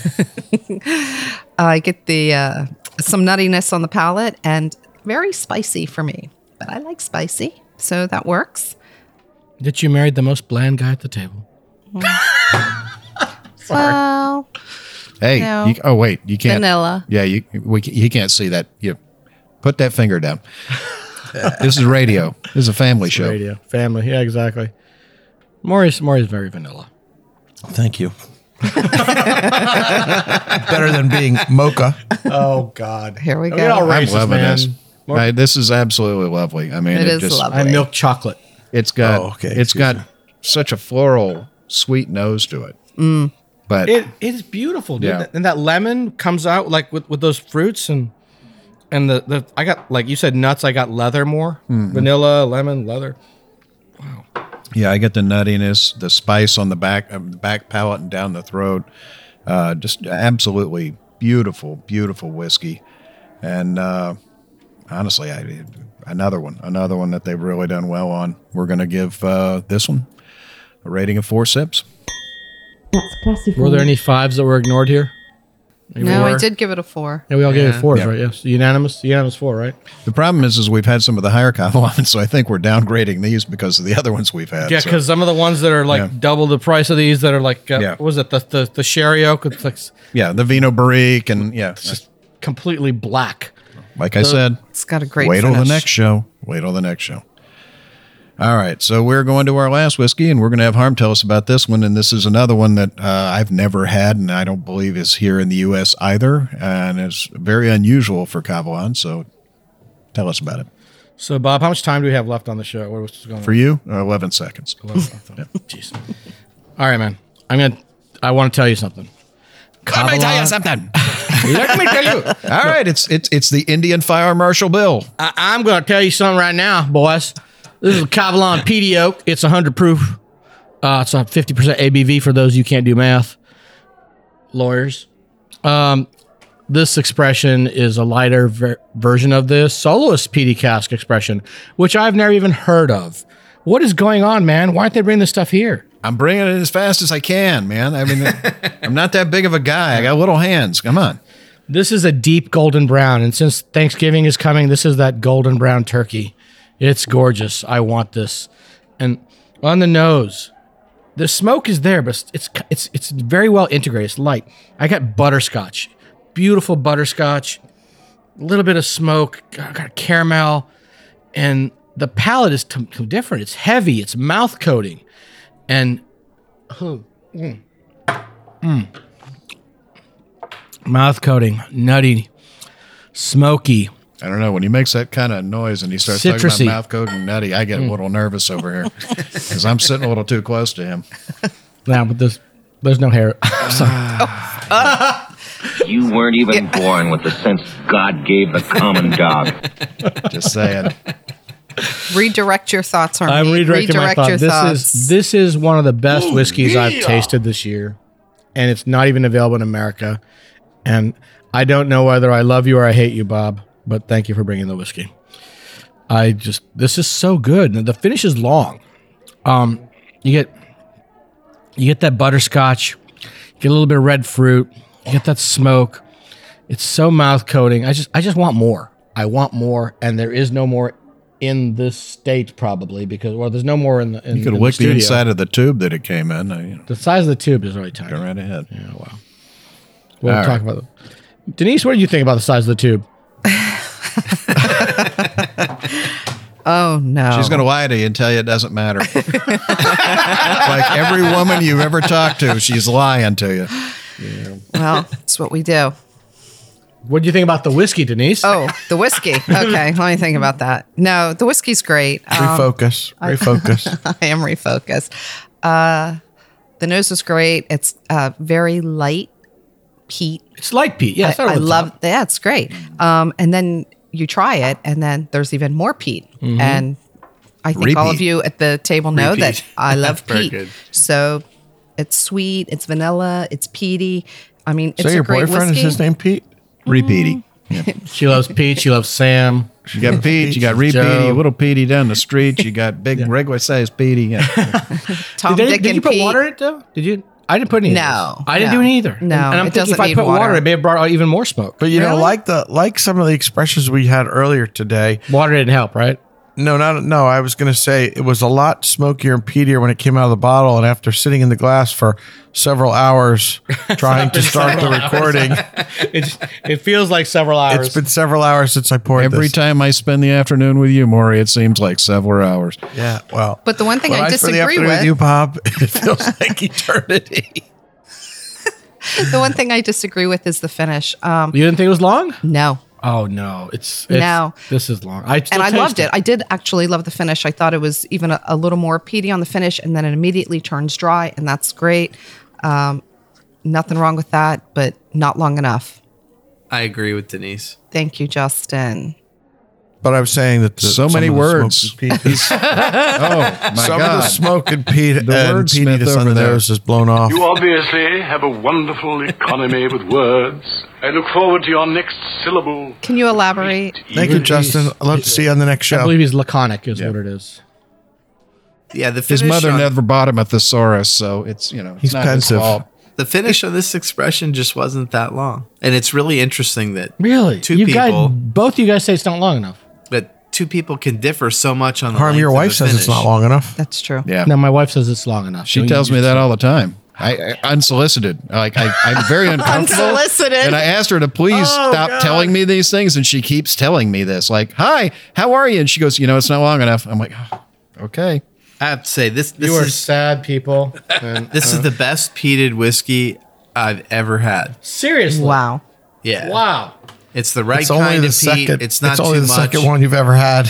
I get the uh, some nuttiness on the palate and very spicy for me. But I like spicy, so that works. That you married the most bland guy at the table. Well, Hey. No. You, oh wait, you can't. vanilla. Yeah, you we ca- you can't see that. You put that finger down. this is radio. This is a family show. Radio. Family. Yeah, exactly. Maury's, Maury's very vanilla. Thank you. Better than being mocha. Oh, God. Here we Look go. at all I'm Racist, loving man. this. More- I- this is absolutely lovely. I mean, It it, is just, lovely. I milk chocolate. It's got Oh, okay, it's excuse got me. such a floral, sweet nose to it. Mm. But It it's beautiful, dude. Yeah. And that lemon comes out like with, with those fruits and and the, the I got like you said nuts. I got leather more vanilla, lemon, leather. Yeah, I get the nuttiness, the spice on the back of the back palate and down the throat. Uh, just absolutely beautiful, beautiful whiskey. And uh, honestly, I, another one, another one that they've really done well on. We're going to give uh, this one a rating of four sips. That's classified. Were there any fives that were ignored here? no, I were. did give it a four. Yeah, we all gave Yeah. it fours, Yeah. right? Yes, unanimous, unanimous four, right? The problem is, is we've had some of the higher Kavalans, so I think we're downgrading these because of the other ones we've had. Yeah, so- because some of the ones that are like Yeah. double the price of these that are like, uh, Yeah. what was it the the, the sherry oak? It's like s- yeah, the Vino Barrique, and yeah, just completely black. like I said, It's got a great wait till the finish. next show. Wait till the next show. All right, so we're going to our last whiskey, and we're going to have Harm tell us about this one. And this is another one that uh, I've never had, and I don't believe is here in the U.S. either, and it's very unusual for Kavalan. So, tell us about it. So, Bob, how much time do we have left on the show? What was going on? For you, uh, eleven seconds. Jeez. All right, man. I'm gonna. I want to tell you something. Let me tell you something. Let me tell you. All right, it's it's it's the Indian Fire Marshal Bill. I, I'm going to tell you something right now, boys. This is a Cavalon PD Oak. It's 100 proof. Uh, it's a 50% ABV for those you can't do math. Lawyers. Um, this expression is a lighter ver- version of the soloist PD cask expression, which I've never even heard of. What is going on, man? Why aren't they bringing this stuff here? I'm bringing it as fast as I can, man. I mean, I'm not that big of a guy. I got little hands. Come on. This is a deep golden brown, and since Thanksgiving is coming, this is that golden brown turkey. It's gorgeous. I want this. And on the nose, the smoke is there, but it's it's it's very well integrated. It's light. I got butterscotch, beautiful butterscotch, a little bit of smoke. I got caramel, and the palate is t- t- different. It's heavy. It's mouth coating, and mouth coating, nutty, smoky. I don't know. When he makes that kind of noise and he starts Citrusy. talking about mouth code and nutty, I Mm. get a little nervous over here because I'm sitting a little too close to him. Now, but there's there's no hair. You weren't even born with the sense God gave the common dog. Just saying. Redirect your thoughts, Armin. I'm redirecting my Redirect thought. your This thoughts. is this is one of the best whiskeys I've tasted this year, and it's not even available in America. And I don't know whether I love you or I hate you, Bob. But thank you for bringing the whiskey. I just this is so good, and the finish is long. Um, you get you get that butterscotch, you get a little bit of red fruit, you get that smoke. It's so mouth coating. I just I just want more. I want more, and there is no more in this state probably because well, there's no more in the. In, You could in lick the studio. inside of the tube that it came in. I, you know, The size of the tube is really tiny. go right ahead. Yeah. We'll All talk about it. Denise, what did you think about the size of the tube? oh no. She's going to lie to you and tell you it doesn't matter. like every woman you've ever talked to, she's lying to you. well, it's what we do. What did you think about the whiskey, Denise? Oh, the whiskey. Okay, let me think about that. No, the whiskey's great. Um, Refocus. Refocus. I am refocused. Uh, the nose was great. It's uh, very light peat. it's light peat. Yeah, it's not I, I over the love top. that. It's great. Um, and then you try it, and then there's even more peat. And I think all of Repeat. you at the table know that Repeat. I love Very peat. good. So it's sweet. It's vanilla. It's peaty. I mean, it's so a your great boyfriend whiskey. Mm. is his name Pete? Repeaty. She loves Pete. She loves Sam. You got Pete, you got Joe. Repeaty, little Petey down the street, you got big regular sized Petey. Yeah. Tom, did, they- Dick, did and you put Pete. water in it though? Did you? I didn't put any. of No, this. I didn't no. do it either. No, and, and I'm it thinking if doesn't I need put water, water. it may have brought out even more smoke. But you know, Really? like the like some of the expressions we had earlier today. Water didn't help, right? No, not no. I was gonna say it was a lot smokier and peatier when it came out of the bottle, and after sitting in the glass for several hours trying to start the recording, It it feels like several hours. it's been several hours since I poured Every this. time I spend the afternoon with you, Maury, it seems like several hours. Yeah, well, But the one thing when I spend the disagree afternoon with, you, Bob, it feels like eternity. the one thing I disagree with is the finish. Um, you didn't think it was long? no, Oh no, it's, it's No. This is long. I still and I taste loved it. I did actually love the finish. I thought it was even a, a little more peaty on the finish, and then it immediately turns dry, and that's great. Um, nothing wrong with that, but not long enough. I agree with Denise. Thank you, Justin. But I'm saying that the- So some many of the words. smoke and pea- Oh my some God! of the smoke and peat and wordsmith peatiness over under there. those is blown off. You obviously have a wonderful economy with words. I look forward to your next syllable. Can you elaborate? Thank you, Justin. I'd love to see you on the next I show. believe he's laconic, is what it is. Yeah, the finish His mother on, never bought him a thesaurus, so it's you know it's He's not his pensive. fault. the finish on this expression just wasn't that long, and it's really interesting that Really? Two you people. Guys, both you guys say it's not long enough. that two people can differ so much on the Harm, length your of wife the says it's finish. not long enough. That's true. Yeah, No, my wife says it's long enough. she Don't tells you- me that all the time. I, I unsolicited, like I, I'm very uncomfortable. Unsolicited. and I asked her to please Oh, stop telling me these things, and she keeps telling me this. Like, "Hi, how are you?" And she goes, "You know, it's not long enough." I'm like, "Oh, "Okay." I have to say this. This You are is sad people. And- this is the best peated whiskey I've ever had. Seriously. Wow. Yeah, Wow. It's the right It's only kind the of peat. second. It's not only too the much. second one you've ever had.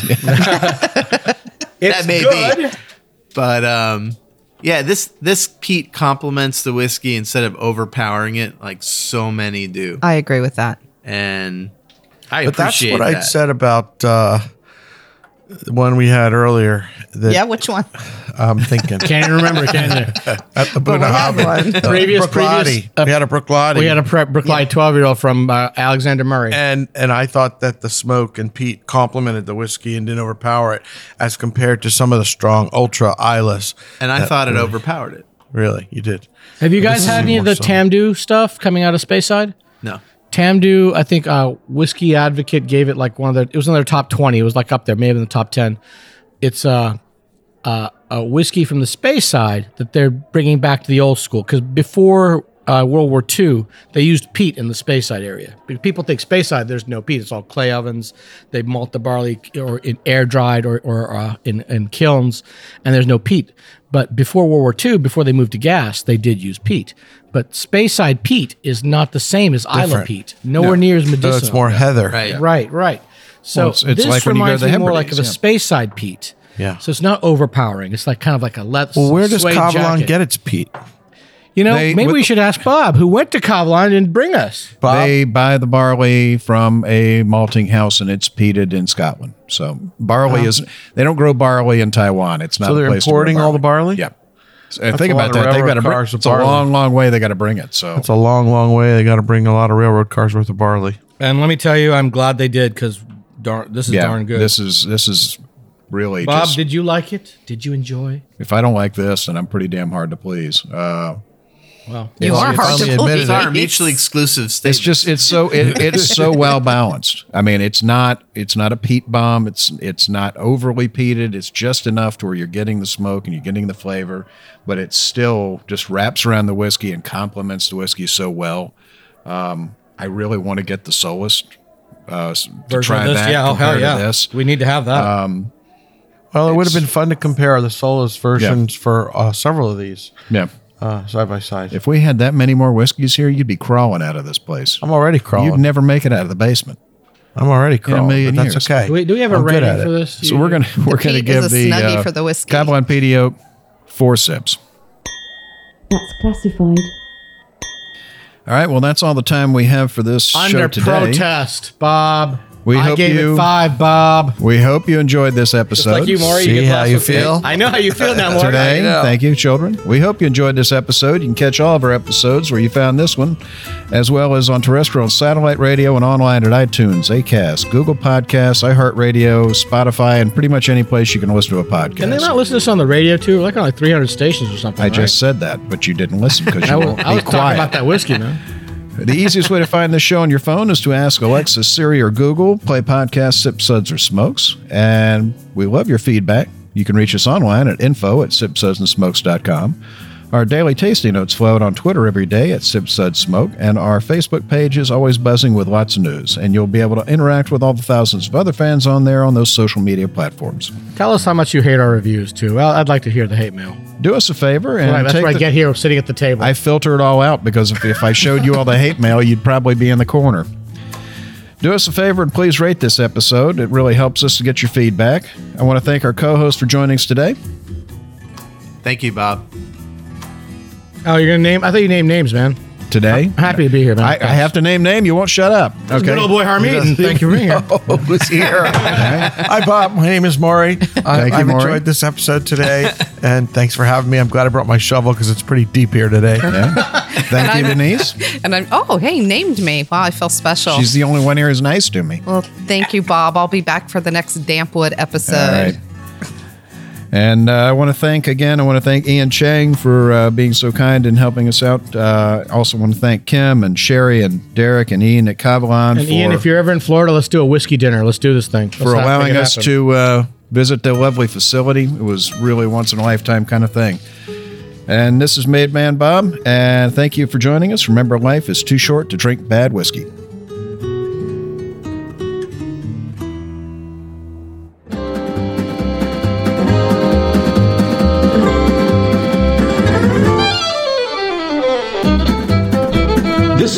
It's may be. good. But um, yeah, this this peat complements the whiskey instead of overpowering it like so many do, I agree with that. and I but that's appreciate what I that. said about uh, the one we had earlier. That Yeah, which one? I'm thinking. Can't even remember, can you? At the Boone we had Harbor. one. Uh, Previous- previous- Brook uh, Lottie. we had a Brook Lottie. We had a prep Brookline 12 year old from uh, Alexander Murray. and and I thought that the smoke and peat complemented the whiskey and didn't overpower it, as compared to some of the strong ultra eyeless. and I thought it overpowered it. Really, you did. Have you This guys is had any of more the so. Tamdu stuff coming out of Speyside? No, Tamdu, I think uh, Whiskey Advocate gave it like one of their. It was in their top twenty. It was like up there, maybe in the top ten. It's uh, uh, a whiskey from the space side that they're bringing back to the old school because before uh, World War II, they used peat in the space side area. Because People think space side, there's no peat. It's all clay ovens. They malt the barley or in air dried or, or uh, in, in kilns, and there's no peat. But before World War II, before they moved to gas, they did use peat. But space side peat is not the same as Isla Different. peat. Nowhere near as medicinal. So it's more heather. right? Right, right. So Well, it's- it's this like when you go to reminds the me more like Hebrides, of a yeah. space side peat. Yeah. So it's not overpowering. It's like kind of like a let. Well, where does Cavalon get its peat? You know, They- maybe with we the- should ask Bob, who went to Cavalon and bring us. Bob? They buy the barley from a malting house, and it's peated in Scotland. So barley is they don't grow barley in Taiwan. It's not. Um, So a they're place to grow importing all the barley? Yeah. So, and That's think a lot about of that. They railroad got to bring. cars of It's a barley. long, long way. They got to bring it. So It's a long, long way. They got to bring a lot of railroad cars worth of barley. And let me tell you, I'm glad they did because darn, this is yeah, this is this is really Bob, just- did you like it? Did you enjoy? if I don't like this, then I'm pretty damn hard to please. Uh, Well, You it's- are it's- hard finally to admitted believe. These are mutually exclusive statements. It's just it's so it, it's so well balanced. I mean, it's not it's not a peat bomb. It's it's not overly peated. It's just enough to where you're getting the smoke and you're getting the flavor, but it still just wraps around the whiskey and complements the whiskey so well. Um, I really want to get the Solus uh, s- to version try of this, that yeah, oh compared hell yeah, to this. Um, we need to have that. Well, it would It's- have been fun to compare the Solus versions for uh, several of these Yeah, uh, side by side. if we had that many more whiskeys here, you'd be crawling out of this place. I'm already crawling. You'd never make it out of the basement. I'm already crawling. million but years. that's okay. do, we, do we have a I'm good rating at for it. this? So we're gonna we're gonna peat is give a the snuggie uh, for the whiskey. Cavalon Petite Oak four sips. That's classified. All right. Well, that's all the time we have for this show under today. protest, Bob. We I hope gave you- it five, Bob. We hope you enjoyed this episode. Like you, Maury. See you get how last you one. feel? I know how you feel now, Maury. Today, thank you, children. We hope you enjoyed this episode. You can catch all of our episodes where you found this one, as well as on terrestrial and satellite radio and online at iTunes, Acast, Google Podcasts, iHeartRadio, Spotify, and pretty much any place you can listen to a podcast. Can they not listen to this on the radio too? We're Like on like 300 stations or something. I right? just said that, but you didn't listen because I you was, won't I was be talking quiet. about that whiskey, man. The easiest way to find the show on your phone is to ask Alexa, Siri, or Google, play podcasts, sip suds, or smokes. And we love your feedback. You can reach us online at info at sipsudsandsmokes.com. Our daily tasting notes flow out on Twitter every day at Sip Sud Smoke, and our Facebook page is always buzzing with lots of news. And you'll be able to interact with all the thousands of other fans on there on those social media platforms. Tell us how much you hate our reviews too. Well, I'd like to hear the hate mail. Do us a favor and Right, that's take what I the- get here sitting at the table. I filter it all out because if, if I showed you all the hate mail, you'd probably be in the corner. Do us a favor and please rate this episode. It really helps us to get your feedback. I want to thank our co host for joining us today. Thank you, Bob. oh, you're gonna name? I thought you named names, man. today. Happy to be here, man. I, I have to name name. You won't shut up. Okay. Oh, good old boy Harm Eaton. Thank you for being here. was here. Hi, Bob. My name is Maury. I, Thank you, I've Maury. enjoyed this episode today, and thanks for having me. I'm glad I brought my shovel because it's pretty deep here today. Thank you, Denise. And I'm, oh, hey, named me. Wow, I feel special. She's the only one here who's nice to me. well, thank you, Bob. I'll be back for the next Dampwood episode. All right. And uh, I want to thank again. I want to thank Ian Chang for uh, being so kind and helping us out. Uh, I also want to thank Kim and Sherry and Derek and Ian at Cavalon And for, Ian, if you're ever in Florida, let's do a whiskey dinner. Let's do this thing. for allowing us to uh, visit the lovely facility. It was really once in a lifetime kind of thing. And this is Made Man Bob. And thank you for joining us. Remember, life is too short to drink bad whiskey. This